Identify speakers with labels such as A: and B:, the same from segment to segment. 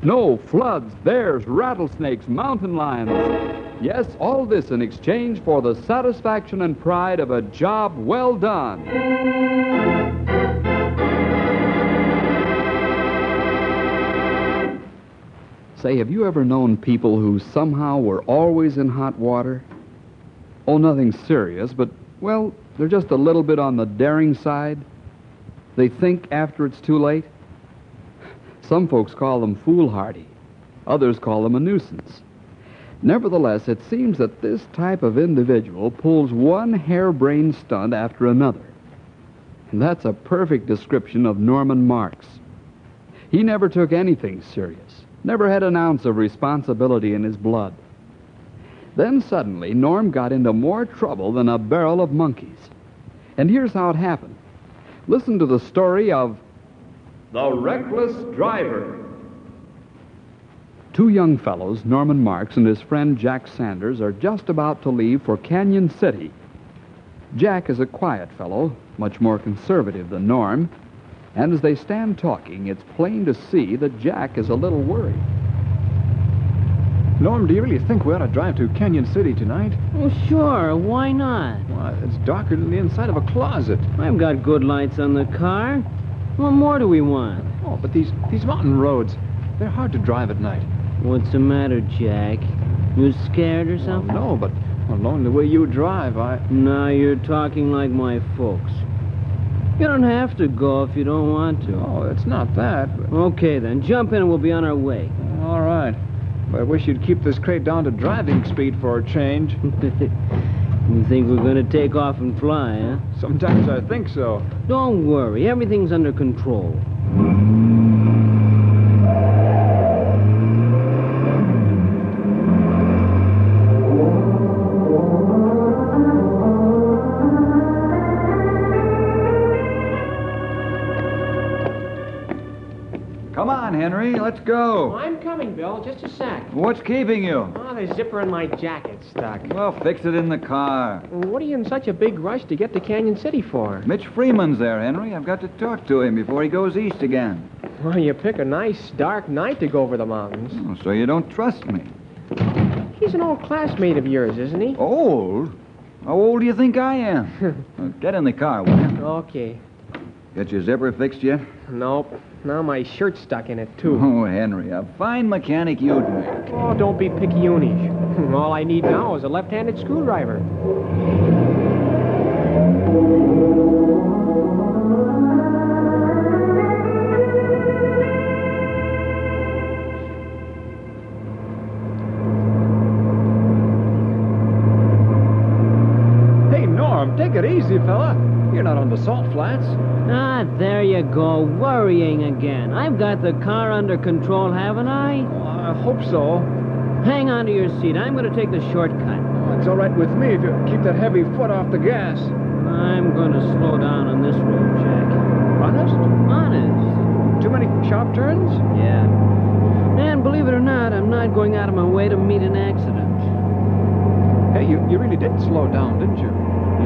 A: Snow, floods, bears, rattlesnakes, mountain lions. Yes, all this in exchange for the satisfaction and pride of a job well done. Say, have you ever known people who somehow were always in hot water? Oh, nothing serious, but, well, they're just a little bit on the daring side. They think after it's too late. Some folks call them foolhardy, others call them a nuisance. Nevertheless, it seems that this type of individual pulls one harebrained stunt after another. And that's a perfect description of Norman Marks. He never took anything serious, never had an ounce of responsibility in his blood. Then suddenly, Norm got into more trouble than a barrel of monkeys. And here's how it happened. Listen to the story of the Reckless Driver. Two young fellows, Norman Marks and his friend Jack Sanders, are just about to leave for Canyon City. Jack is a quiet fellow, much more conservative than Norm, and as they stand talking, it's plain to see that Jack is a little worried.
B: Norm, do you really think we ought to drive to Canyon City tonight?
C: Well, sure. Why not?
B: Why, it's darker than the inside of a closet.
C: I've got good lights on the car. What more do we want?
B: Oh, but these, these mountain roads, they're hard to drive at night.
C: What's the matter, Jack? You scared or
B: Well,
C: something?
B: no, but alone the way you drive, I...
C: Now you're talking like my folks. You don't have to go if you don't want to.
B: Oh, it's not that. But,
C: Okay, then. Jump in and we'll be on our way.
B: all right. But I wish you'd keep this crate down to driving speed for a change.
C: you think we're going to take off and fly, huh?
B: Sometimes I think so.
C: Don't worry. Everything's under control.
D: Come on, Henry, let's go.
E: I'm coming, Bill. Just a sec.
D: What's keeping you?
E: Ah, the zipper in my jacket's stuck.
D: Well, fix it in the car.
E: What are you in such a big rush to get to Canyon City for?
D: Mitch Freeman's there, Henry. I've got to talk to him before he goes east again.
E: Well, you pick a nice, dark night to go over the mountains.
D: Oh, so you don't trust me.
E: He's an old classmate of yours, isn't he?
D: Old? How old do you think I am? Well, get in the car, will you?
E: Okay.
D: Get your zipper fixed yet?
E: Nope. Now my shirt's stuck in it, too.
D: Oh, Henry, a fine mechanic you'd make.
E: Oh, don't be picayunish. All I need now is a left-handed screwdriver.
B: Hey, Norm, take it easy, fella. You're not on the salt flats.
C: Ah, there you go. Worrying again. I've got the car under control, haven't I?
B: Well, Oh, I hope so.
C: Hang on to your seat. I'm going to take the shortcut.
B: Oh, it's all right with me if you keep that heavy foot off the gas.
C: I'm going to slow down on this road, Jack.
B: Honest?
C: Honest.
B: Too many sharp turns?
C: Yeah. And believe it or not, I'm not going out of my way to meet an accident.
B: Hey, you, you really did slow down, didn't you?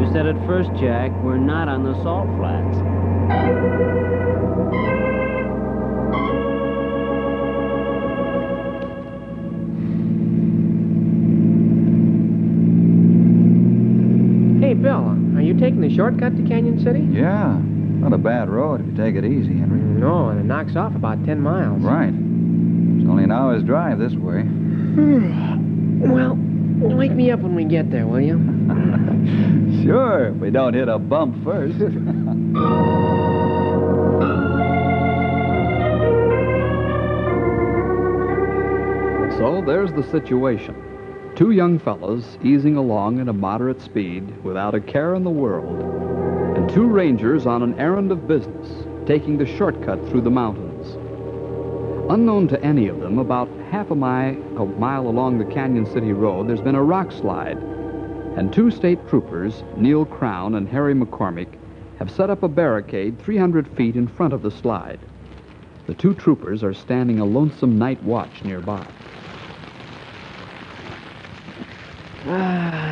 C: You said it first, Jack. We're not on the salt flats.
E: Hey, Bill, are you taking the shortcut to Canyon City?
D: Yeah, not a bad road if you take it easy, Henry.
E: No, and it knocks off about 10 miles.
D: Right. It's only an hour's drive this way.
E: Well, wake me up when we get there, will you?
D: Sure, if we don't hit a bump first.
A: So there's the situation. Two young fellows easing along at a moderate speed without a care in the world, and two rangers on an errand of business taking the shortcut through the mountains. Unknown to any of them, about half a mile, a mile along the Canyon City Road, there's been a rock slide, and two state troopers, Neil Crown and Harry McCormick, have set up a barricade 300 feet in front of the slide. The two troopers are standing a lonesome night watch nearby.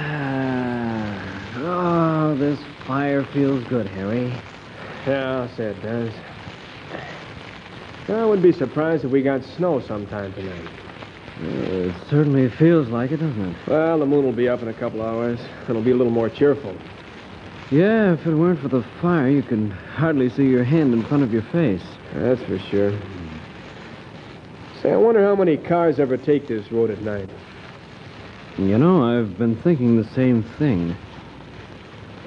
C: Ah. Oh, this fire feels good, Harry.
E: Yeah, I'll say it does.
A: I would be surprised if we got snow sometime tonight.
F: It certainly feels like it, doesn't it?
A: Well, the moon will be up in a couple hours. It'll be a little more cheerful.
F: Yeah, if it weren't for the fire, you can hardly see your hand in front of your face.
A: That's for sure. Say, I wonder how many cars ever take this road at night.
F: You know, I've been thinking the same thing.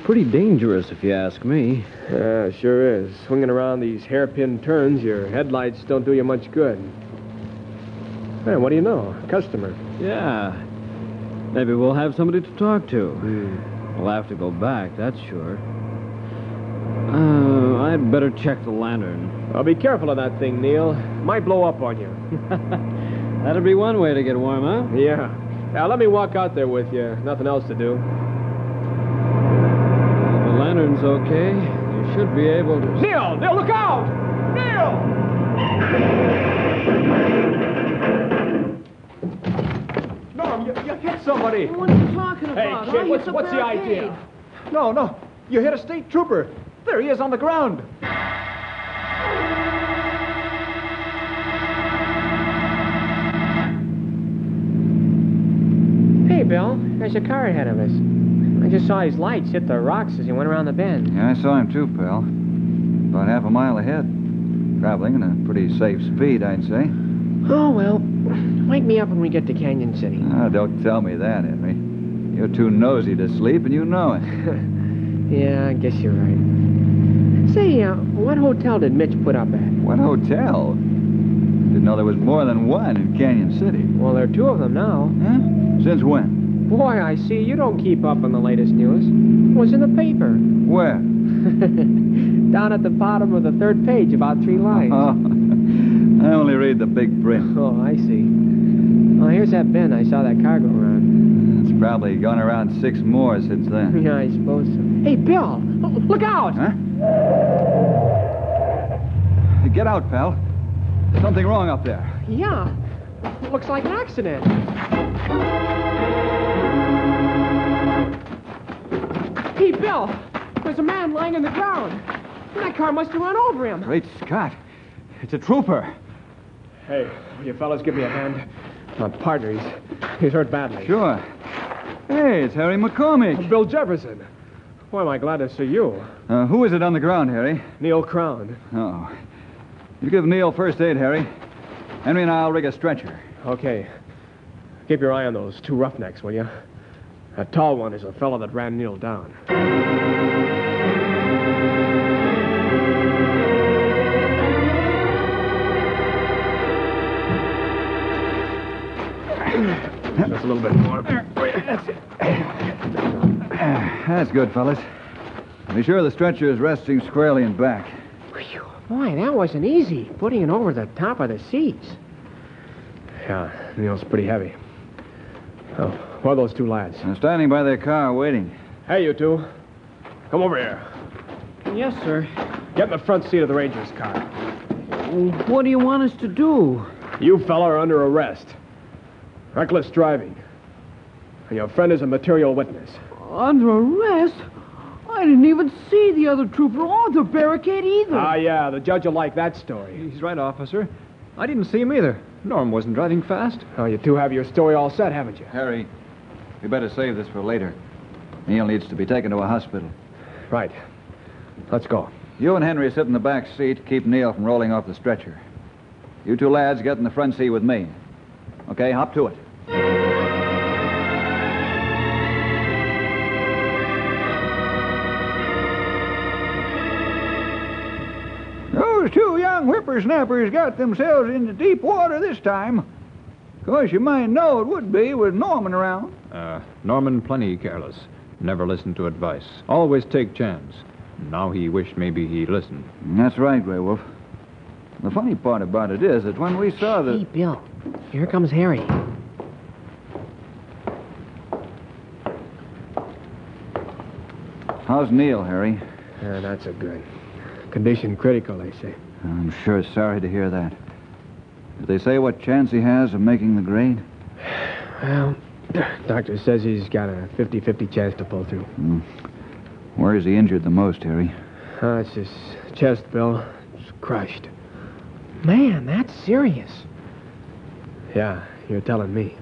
F: Pretty dangerous, if you ask me.
A: Yeah, Ah, sure is. Swinging around these hairpin turns, your headlights don't do you much good. Man, what do you know? A customer.
F: Yeah. Maybe we'll have somebody to talk to.
A: Hmm.
F: We'll have to go back, that's sure. Uh, I'd better check the lantern.
A: Well, be careful of that thing, Neil. Might blow up on you.
F: That'll be one way to get warm, huh?
A: Yeah. Now, let me walk out there with you. Nothing else to do.
F: The lantern's okay. You should be able to.
A: Neil! Neil, look out! Neil! Norm, you, you hit somebody.
G: What are you talking
A: Hey,
G: about?
A: kid,
G: huh?
A: what's,
G: It's a
A: what's the
G: barricade.
A: idea? No, no. You hit a state trooper. There he is on the ground.
G: Hey, Bill, there's a car ahead of us. I just saw his lights hit the rocks as he went around the bend.
C: Yeah, I saw him too, pal. About half a mile ahead. Traveling at a pretty safe speed, I'd say.
G: Oh, well. Wake me up when we get to Canyon City.
C: Ah, don't tell me that, Henry. You're too nosy to sleep, and you know it.
G: Yeah, I guess you're right. Say, uh, what hotel did Mitch put up at?
C: What hotel? Didn't know there was more than one in Canyon City.
G: Well, there are two of them now.
C: Huh? Since when?
G: Boy, I see you don't keep up on the latest news. It was in the paper.
C: Where?
G: Down at the bottom of the third page, about three lines.
C: Oh, I only read the big print.
G: Oh, I see. Oh, here's that bend. I saw that car go around.
C: It's probably gone around six more since then.
G: Yeah, I suppose so. Hey, Bill! l- Look out!
C: Huh? Get out, pal. Something wrong up there.
G: Yeah. Looks like an accident. Hey, Bill! There's a man lying on the ground. That car must have run over him.
C: Great Scott. It's a trooper.
A: Hey, will you fellas give me a hand? My partner, he's, he's hurt badly.
C: Sure. Hey, it's Harry McCormick.
A: Bill Jefferson. Why am I glad to see you?
C: Uh, who is it on the ground, Harry?
A: Neil Crown.
C: Oh. You give Neil first aid, Harry. Henry and I'll rig a stretcher.
A: Okay. Keep your eye on those two roughnecks, will you? That tall one is the fellow that ran Neil down. Just a little bit more.
C: That's good, fellas. Be sure the stretcher is resting squarely in back.
G: Phew. Boy, that wasn't easy, putting it over the top of the seats.
A: Yeah, Neil's pretty heavy. Oh, who are those two lads?
C: I'm standing by their car waiting.
A: Hey, you two. Come over here.
F: Yes, sir.
A: Get in the front seat of the Ranger's car.
F: What do you want us to do?
A: You fella are under arrest. Reckless driving. And your friend is a material witness.
F: Under arrest? I didn't even see the other trooper or the barricade either.
A: Ah, yeah, the judge will like that story.
H: He's right, officer. I didn't see him either. Norm wasn't driving fast.
A: Oh, you two have your story all set, haven't you?
C: Harry, we better save this for later. Neil needs to be taken to a hospital.
A: Right. Let's go.
C: You and Henry sit in the back seat, keep Neil from rolling off the stretcher. You two lads get in the front seat with me. Okay, hop to it. Those two young whippersnappers got themselves into deep water this time. Of course, you might know it would be with Norman around.
H: Uh, Norman plenty careless. Never listened to advice. Always take chance. Now he wished maybe he listened.
C: That's right, Grey Wolf. The funny part about it is that when we saw the...
G: Hey, Bill. Here comes Harry.
C: How's Neil, Harry?
A: Yeah, not so good. Condition critical, they say.
C: I'm sure sorry to hear that. Did they say what chance he has of making the grade?
A: Well, doctor says he's got a 50 50 chance to pull through.
C: Where is he
A: Ah,
C: injured the most, Harry?
A: Uh, it's his chest, Bill. It's crushed.
G: Man, that's serious.
A: Yeah, you're telling me.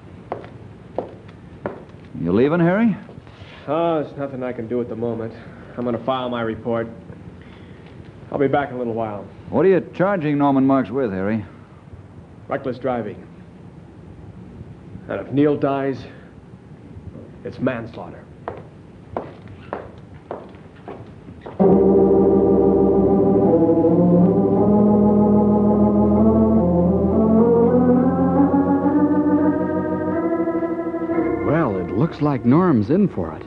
I: You leaving, Harry?
A: Oh, there's nothing I can do at the moment. I'm going to file my report. I'll be back in a little while.
I: What are you charging Norman Marks with, Harry?
A: Reckless driving. And if Neil dies, it's manslaughter.
I: Well, it looks like Norm's in for it.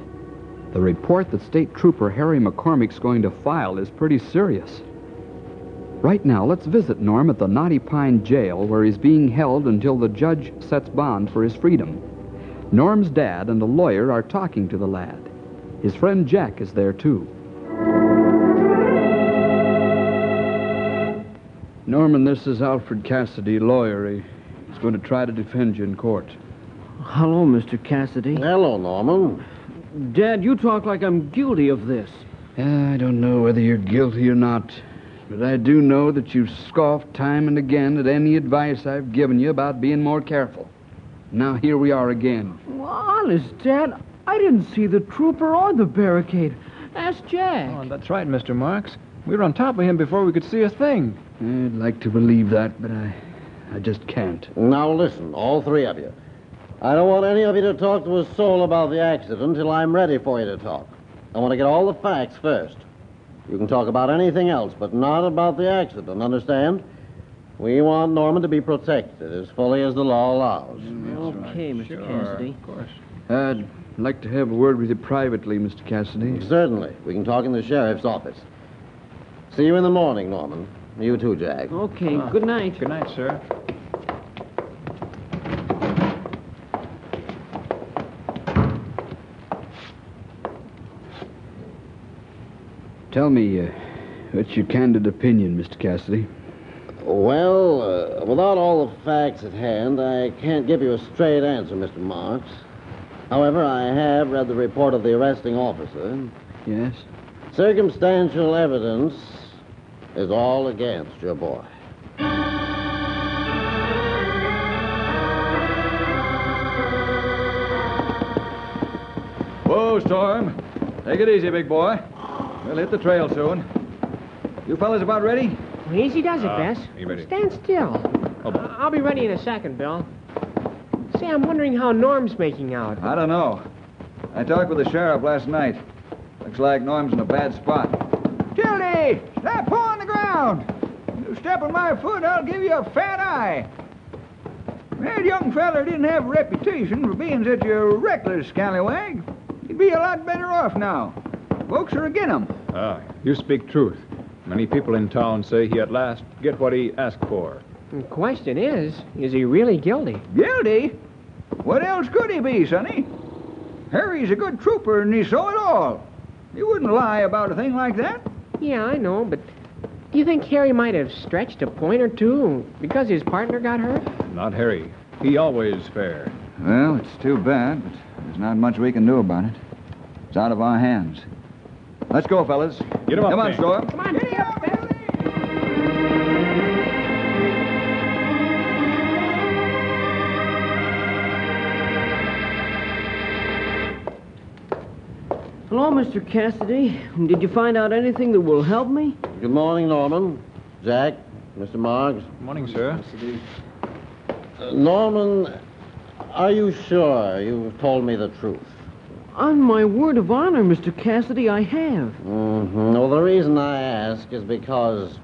I: The report that State Trooper Harry McCormick's going to file is pretty serious. Right now, let's visit Norm at the Knotty Pine Jail where he's being held until the judge sets bond for his freedom. Norm's dad and a lawyer are talking to the lad. His friend Jack is there, too.
J: Norman, this is Alfred Cassidy, lawyer. He- He's going to try to defend you in court.
F: Hello, Mr. Cassidy.
K: Hello, Norman.
F: Dad, you talk like I'm guilty of this.
J: I don't know whether you're guilty or not, but I do know that you've scoffed time and again at any advice I've given you about being more careful. Now here we are again.
F: Well, honest, Dad, I didn't see the trooper on the barricade. Ask Jack.
H: Oh, that's right, Mr. Marks. We were on top of him before we could see a thing.
J: I'd like to believe that, but I, I just can't.
K: Now listen, all three of you. I don't want any of you to talk to a soul about the accident till I'm ready for you to talk. I want to get all the facts first. You can talk about anything else, but not about the accident, understand? We want Norman to be protected as fully as the law allows.
H: Oh,
F: okay, Mr. Cassidy.
J: I'd like to have a word with you privately, Mr. Cassidy.
K: Certainly. We can talk in the sheriff's office. See you in the morning, Norman. You too, Jack.
F: Okay, good night.
H: Uh, Good night, sir.
J: Tell me, uh, what's your candid opinion, Mr. Cassidy?
K: Well, uh, without all the facts at hand, I can't give you a straight answer, Mr. Marks. However, I have read the report of the arresting officer.
J: Yes?
K: Circumstantial evidence is all against your boy.
H: Whoa, Storm. Take it easy, big boy. We'll hit the trail soon. You fellas about ready?
G: Well, easy does it,
H: Uh,
G: Bess.
H: you ready?
G: Stand still.
H: Oh,
G: I- I'll be ready in a second, Bill. Say, I'm wondering how Norm's making out.
H: I don't know. I talked with the sheriff last night. Looks like Norm's in a bad spot.
C: Tildy, stop pawing the ground. You step on my foot, I'll give you a fat eye. That young feller didn't have a reputation for being such a reckless scallywag. He'd be a lot better off now. Folks are agin him.
H: Ah, you speak truth. Many people in town say he at last get what he asked for.
G: The question is, is he really guilty?
C: Guilty? What else could he be, Sonny? Harry's a good trooper, and he saw it all. He wouldn't lie about a thing like that.
G: Yeah, I know, but do you think Harry might have stretched a point or two because his partner got hurt?
H: Not Harry. He always fair.
I: Well, it's too bad, but there's not much we can do about it. It's out of our hands. Let's go, fellas.
H: Get 'em up,
I: Come on,
H: King.
I: Storm.
G: Come on, hurry up, Bess.
F: Hello, Mr. Cassidy. Did you find out anything that will help me?
K: Good morning, Norman. Jack, Mr. Marks.
H: Morning, sir.
K: Uh, Norman, are you sure you've told me the truth?
F: On my word of honor, Mr. Cassidy, I have.
K: hmm Well, the reason I ask is because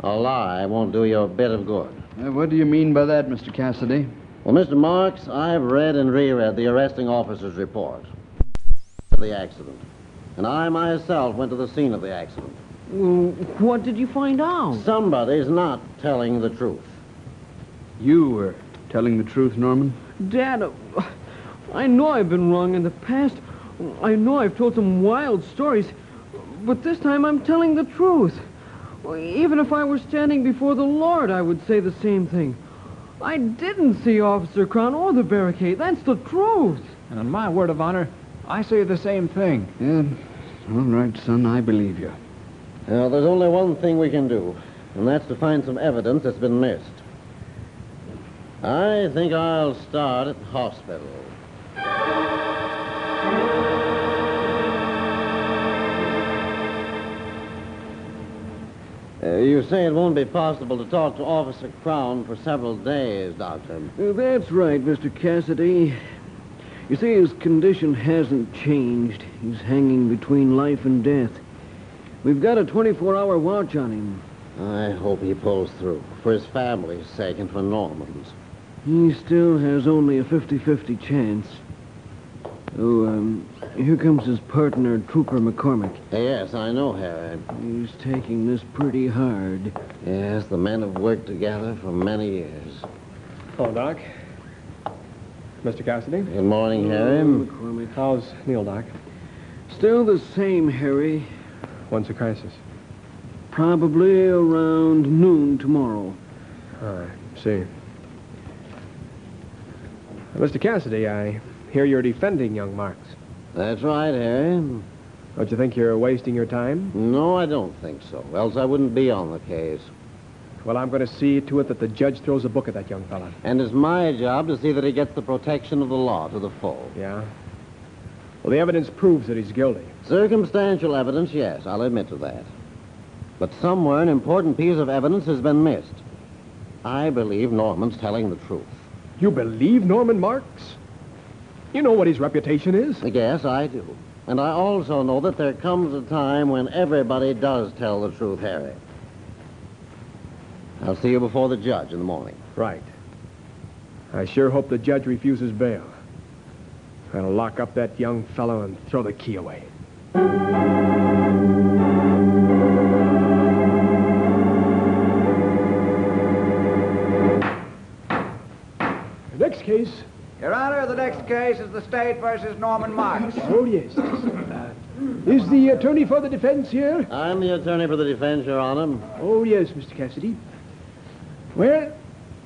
K: a lie won't do you a bit of good.
J: Uh, what do you mean by that, Mr. Cassidy?
K: Well, Mr. Marks, I've read and reread the arresting officer's report of the accident. And I myself went to the scene of the accident.
F: Well, What did you find out?
K: Somebody's not telling the truth.
J: You were telling the truth, Norman?
F: Dad, uh, I know I've been wrong in the past. I know I've told some wild stories, but this time I'm telling the truth. Even if I were standing before the Lord, I would say the same thing. I didn't see Officer Crown or the barricade. That's the truth.
H: And on my word of honor, I say the same thing.
J: Yeah. All right, son, I believe you.
K: Now, there's only one thing we can do, and that's to find some evidence that's been missed. I think I'll start at hospital. Uh, you say it won't be possible to talk to Officer Crown for several days, Doctor.
F: That's right, Mr. Cassidy. You see, his condition hasn't changed. He's hanging between life and death. We've got a 24 hour watch on him.
K: I hope he pulls through, for his family's sake and for Norman's.
F: He still has only a 50 50 chance. Oh, um, here comes his partner, Trooper McCormick.
K: Yes, I know, Harry.
F: He's taking this pretty hard.
K: Yes, the men have worked together for many years.
A: Hello, Doc. Mr. Cassidy?
K: Good morning,
F: Oh,
K: Harry.
F: McCormick.
A: How's Neil, Doc?
F: Still the same, Harry.
A: When's the crisis?
F: Probably around noon tomorrow.
A: I see. Mr. Cassidy, I hear you're defending young Marks.
K: That's right, Harry.
A: Don't you think you're wasting your time?
K: No, I don't think so. Else I wouldn't be on the case.
A: Well, I'm going to see to it that the judge throws a book at that young fella.
K: And it's my job to see that he gets the protection of the law to the full.
A: Yeah? Well, the evidence proves that he's guilty.
K: Circumstantial evidence, yes, I'll admit to that. But somewhere an important piece of evidence has been missed. I believe Norman's telling the truth.
A: You believe Norman Marks? You know what his reputation is.
K: Yes, I do. And I also know that there comes a time when everybody does tell the truth, Harry. I'll see you before the judge in the morning.
A: Right. I sure hope the judge refuses bail. I'll lock up that young fellow and throw the key away. The next case.
C: Your Honor, the next case is the state versus Norman Marks.
A: Oh, yes. Uh, is the attorney for the defense here?
K: I'm the attorney for the defense, Your Honor.
A: Oh, yes, Mr. Cassidy. Well,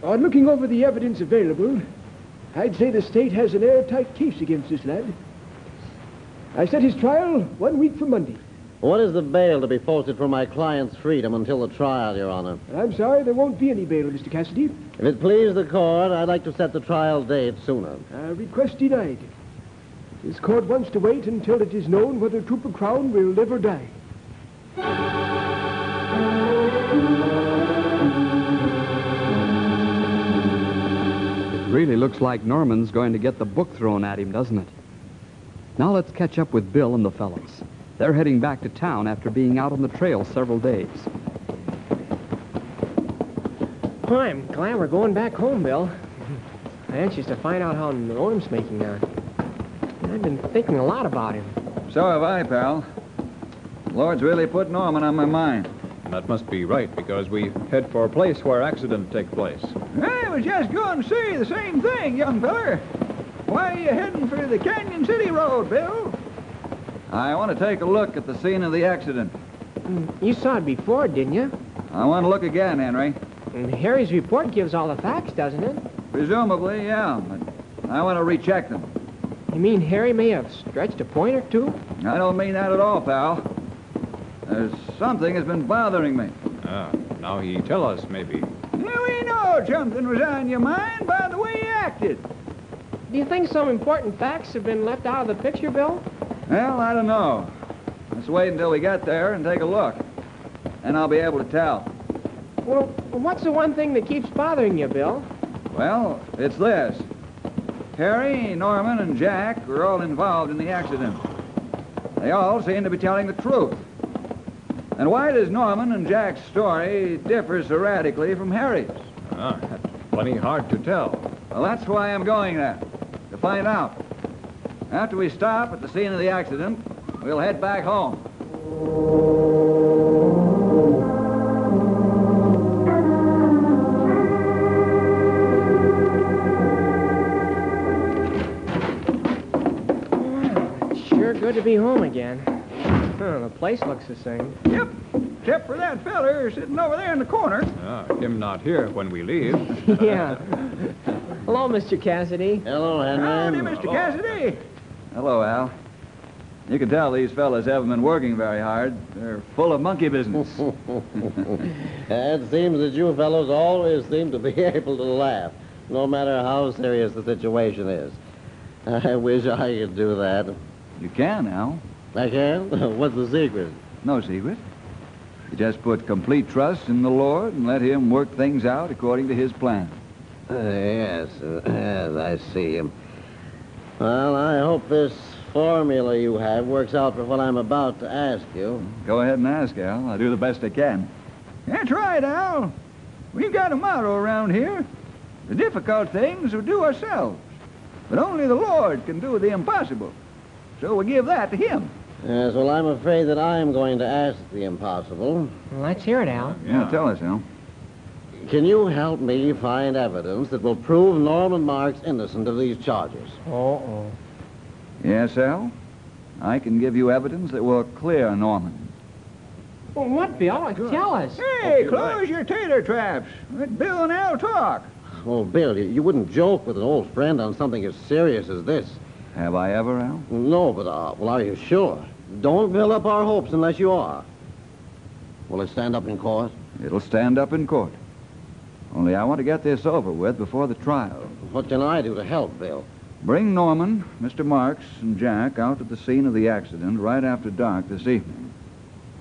A: on looking over the evidence available, I'd say the state has an airtight case against this lad. I set his trial one week from Monday.
K: What is the bail to be posted for my client's freedom until the trial, Your Honor?
A: And I'm sorry there won't be any bail, Mr. Cassidy.
K: If it please the court, I'd like to set the trial date sooner.
A: Uh, request denied. This court wants to wait until it is known whether Trooper Crown will live or die.
I: It really looks like Norman's going to get the book thrown at him, doesn't it? Now let's catch up with Bill and the fellows. They're heading back to town after being out on the trail several days.
G: Well, Oh, I'm glad we're going back home, Bill. I'm anxious to find out how Norm's making out. I've been thinking a lot about him.
C: So have I, pal. Lord's really put Norman on my mind.
H: And that must be right, because we head for a place where accidents take place.
C: I was just going to say the same thing, young feller. Why are you heading for the Canyon City Road, Bill? I want to take a look at the scene of the accident.
G: You saw it before, didn't you?
C: I want to look again, Henry.
G: And Harry's report gives all the facts, doesn't it?
C: Presumably, yeah, but I want to recheck them.
G: You mean Harry may have stretched a point or two?
C: I don't mean that at all, pal. There's something has been bothering me.
H: Ah, now he tell us, maybe.
C: Now we know something was on your mind by the way you acted.
G: Do you think some important facts have been left out of the picture, Bill?
C: Well, I don't know. Let's wait until we get there and take a look. And I'll be able to tell.
G: Well, what's the one thing that keeps bothering you, Bill?
C: Well, it's this. Harry, Norman, and Jack were all involved in the accident. They all seem to be telling the truth. And why does Norman and Jack's story differ so radically from Harry's?
H: Ah, that's plenty hard to tell.
C: Well, that's why I'm going there, to find out. After we stop at the scene of the accident, we'll head back home.
G: Sure good to be home again. Huh, the place looks the same.
C: Yep, except for that feller sitting over there in the corner.
H: Ah, him not here when we leave.
G: yeah. Hello, Mr. Cassidy.
K: Hello, Henry.
C: Howdy, Mr. Cassidy. Hello, Al. You can tell these fellas haven't been working very hard. They're full of monkey business.
K: It seems that you fellows always seem to be able to laugh, no matter how serious the situation is. I wish I could do that.
C: you can, Al.
K: I can? What's the secret?
C: No secret. You just put complete trust in the Lord and let Him work things out according to His plan.
K: Uh, yes, uh, yes, I see him. Well, I hope this formula you have works out for what I'm about to ask you.
C: Go ahead and ask, Al. I'll do the best I can. That's right, Al. We've got a motto around here. The difficult things we do ourselves. But only the Lord can do the impossible. So we give that to Him.
K: Yes, well, I'm afraid that I'm going to ask the impossible.
G: Well, let's hear it, Al.
C: Yeah, tell us, Al.
K: Can you help me find evidence that will prove Norman Marks innocent of these charges?
G: Uh-oh.
C: Yes, Al? I can give you evidence that will clear Norman.
G: Well, what, Bill? Tell us.
C: Hey, close your tater traps. Let Bill and Al talk.
K: Oh, Bill, you, you wouldn't joke with an old friend on something as serious as this.
C: Have I ever, Al?
K: No, but, uh, well, are you sure? Don't build up our hopes unless you are. Will it stand up in court?
C: It'll stand up in court. Only I want to get this over with before the trial.
K: What can I do to help, Bill?
C: Bring Norman, Mr. Marks, and Jack out to the scene of the accident right after dark this evening.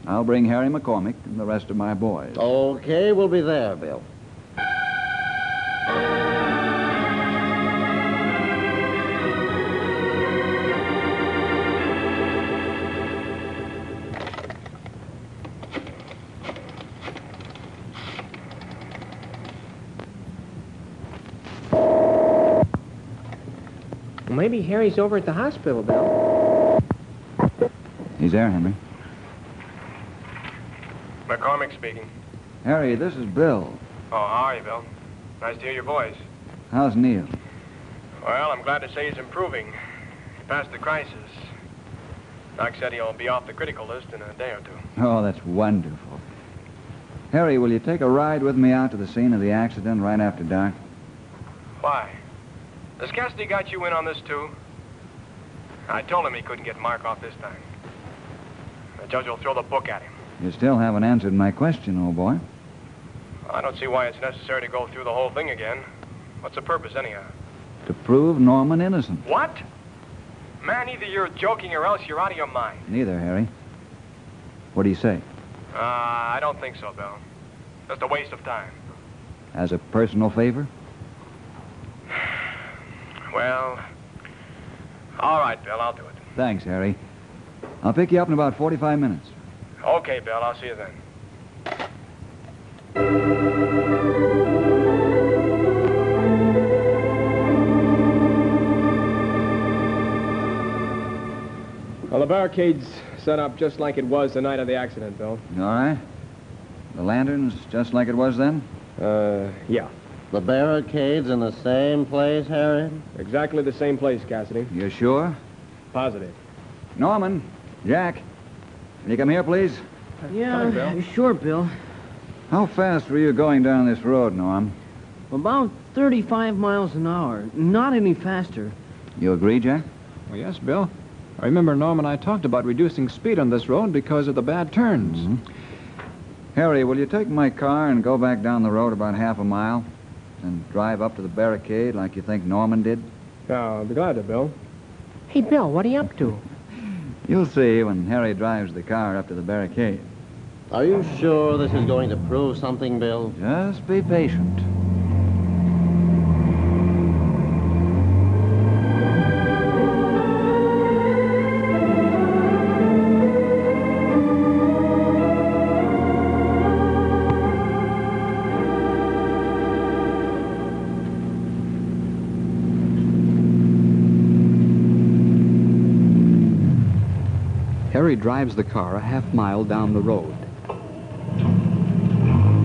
C: I'll bring Harry McCormick and the rest of my boys.
K: Oh. Okay, we'll be there, Bill.
G: Maybe Harry's over at the hospital, Bill.
C: He's there, Henry.
A: McCormick speaking.
C: Harry, this is Bill.
A: Oh, how are you, Bill? Nice to hear your voice.
C: How's Neil?
A: Well, I'm glad to say he's improving. He passed the crisis. Doc said he'll be off the critical list in a day or two.
C: Oh, that's wonderful. Harry, will you take a ride with me out to the scene of the accident right after dark?
A: Why? Does Cassidy got you in on this, too? I told him he couldn't get Mark off this time. The judge will throw the book at him.
C: You still haven't answered my question, old boy.
A: I don't see why it's necessary to go through the whole thing again. What's the purpose, anyhow?
C: To prove Norman innocent.
A: What? Man, either you're joking or else you're out of your mind.
C: Neither, Harry. What do you say?
A: Uh, I don't think so, Bill. Just a waste of time.
C: As a personal favor?
A: Well, all right, Bill, I'll do it.
C: Thanks, Harry. I'll pick you up in about 45 minutes.
A: Okay, Bill, I'll see you then.
L: Well, the barricade's set up just like it was the night of the accident, Bill.
C: All right. The lantern's just like it was then?
L: Uh, yeah.
K: The barricades in the same place, Harry?
L: Exactly the same place, Cassidy.
C: You sure?
L: Positive.
C: Norman, Jack, can you come here, please?
F: Yeah,
L: Bill.
F: sure, Bill.
C: How fast were you going down this road, Norm?
F: About 35 miles an hour. Not any faster.
C: You agree, Jack?
H: Well, Oh, yes, Bill. I remember Norm and I talked about reducing speed on this road because of the bad turns.
C: Harry, will you take my car and go back down the road about half a mile and drive up to the barricade like you think Norman did?
L: Yeah, I'll be glad to, Bill.
G: Hey, Bill, what are you up to?
C: You'll see when Harry drives the car up to the barricade.
K: Are you sure this is going to prove something, Bill?
C: Just be patient.
M: Harry drives the car a half mile down the road,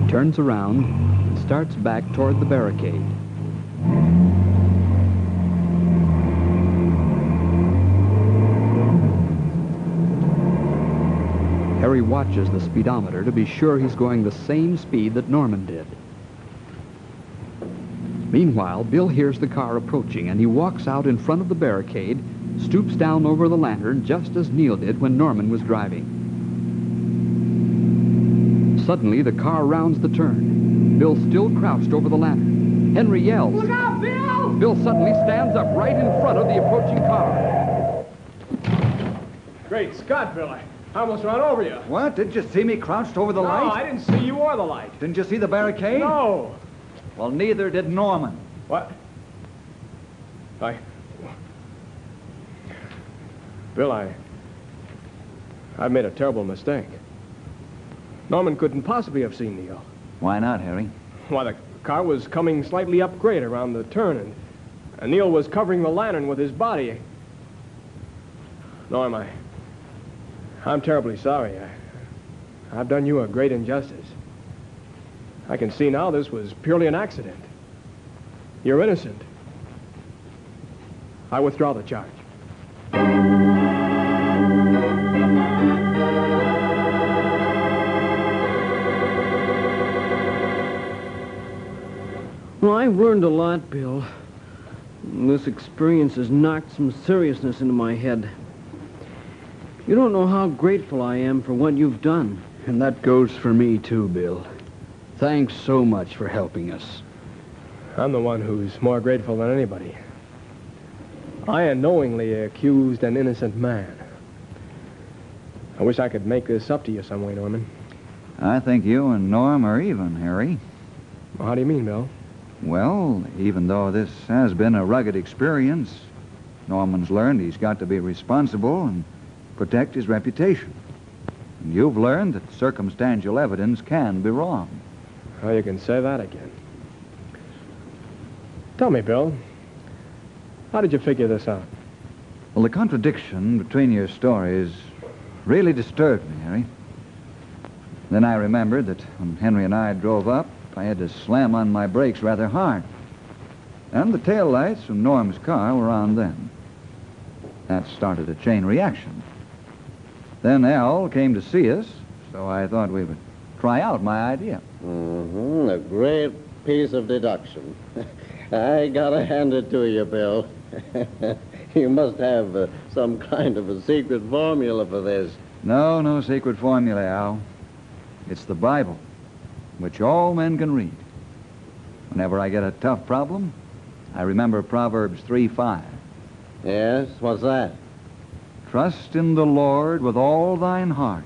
M: turns around, and starts back toward the barricade. Harry watches the speedometer to be sure he's going the same speed that Norman did. Meanwhile, Bill hears the car approaching, and he walks out in front of the barricade
H: stoops down over the lantern just as Neil did when Norman was driving. Suddenly, the car rounds the turn. Bill still crouched over the lantern. Henry yells. Look out, Bill! Bill suddenly stands up right in front of the approaching car.
A: Great Scott, Bill. I I almost ran over you.
N: What? Didn't you see me crouched over the
A: no,
N: light?
A: I didn't see you or the light.
N: Didn't you see the barricade?
A: No.
N: Well, neither did Norman.
A: What? I. Bill, I. I made a terrible mistake. Norman couldn't possibly have seen Neil.
C: Why not, Harry?
A: Why, the car was coming slightly up grade around the turn, and, and Neil was covering the lantern with his body. Norm, I. I'm terribly sorry. I, I've done you a great injustice. I can see now this was purely an accident. You're innocent. I withdraw the charge.
F: Well, I've learned a lot, Bill. This experience has knocked some seriousness into my head. You don't know how grateful I am for what you've done.
O: And that goes for me, too, Bill. Thanks so much for helping us.
A: I'm the one who's more grateful than anybody. I unknowingly accused an innocent man. I wish I could make this up to you some way, Norman.
C: I think you and Norm are even, Harry.
A: How do you mean, Bill?
C: Well, even though this has been a rugged experience, Norman's learned he's got to be responsible and protect his reputation. And you've learned that circumstantial evidence can be wrong.
A: How you can say that again? Tell me, Bill, how did you figure this out?
C: Well, the contradiction between your stories really disturbed me, Harry. Then I remembered that when Henry and I drove up, I had to slam on my brakes rather hard. And the taillights from Norm's car were on then. That started a chain reaction. Then Al came to see us, so I thought we would try out my idea.
K: Mm-hmm. A great piece of deduction. I gotta hand it to you, Bill. you must have uh, some kind of a secret formula for this.
C: No, no secret formula, Al. It's the Bible, which all men can read. Whenever I get a tough problem, I remember Proverbs 3 5.
K: Yes? What's that?
C: Trust in the Lord with all thine heart,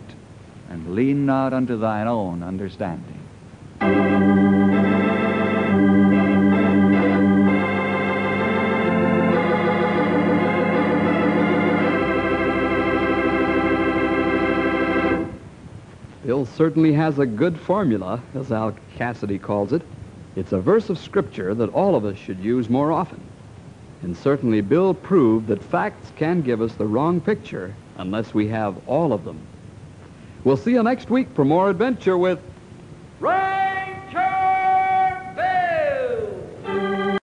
C: and lean not unto thine own understanding.
H: Bill certainly has a good formula, as Al Cassidy calls it. It's a verse of Scripture that all of us should use more often. And certainly Bill proved that facts can give us the wrong picture unless we have all of them. We'll see you next week for more adventure with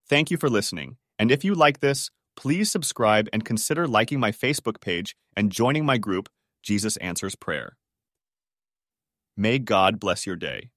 P: Thank you for listening. And if you like this, please subscribe and consider liking my Facebook page and joining my group, Jesus Answers Prayer. May God bless your day.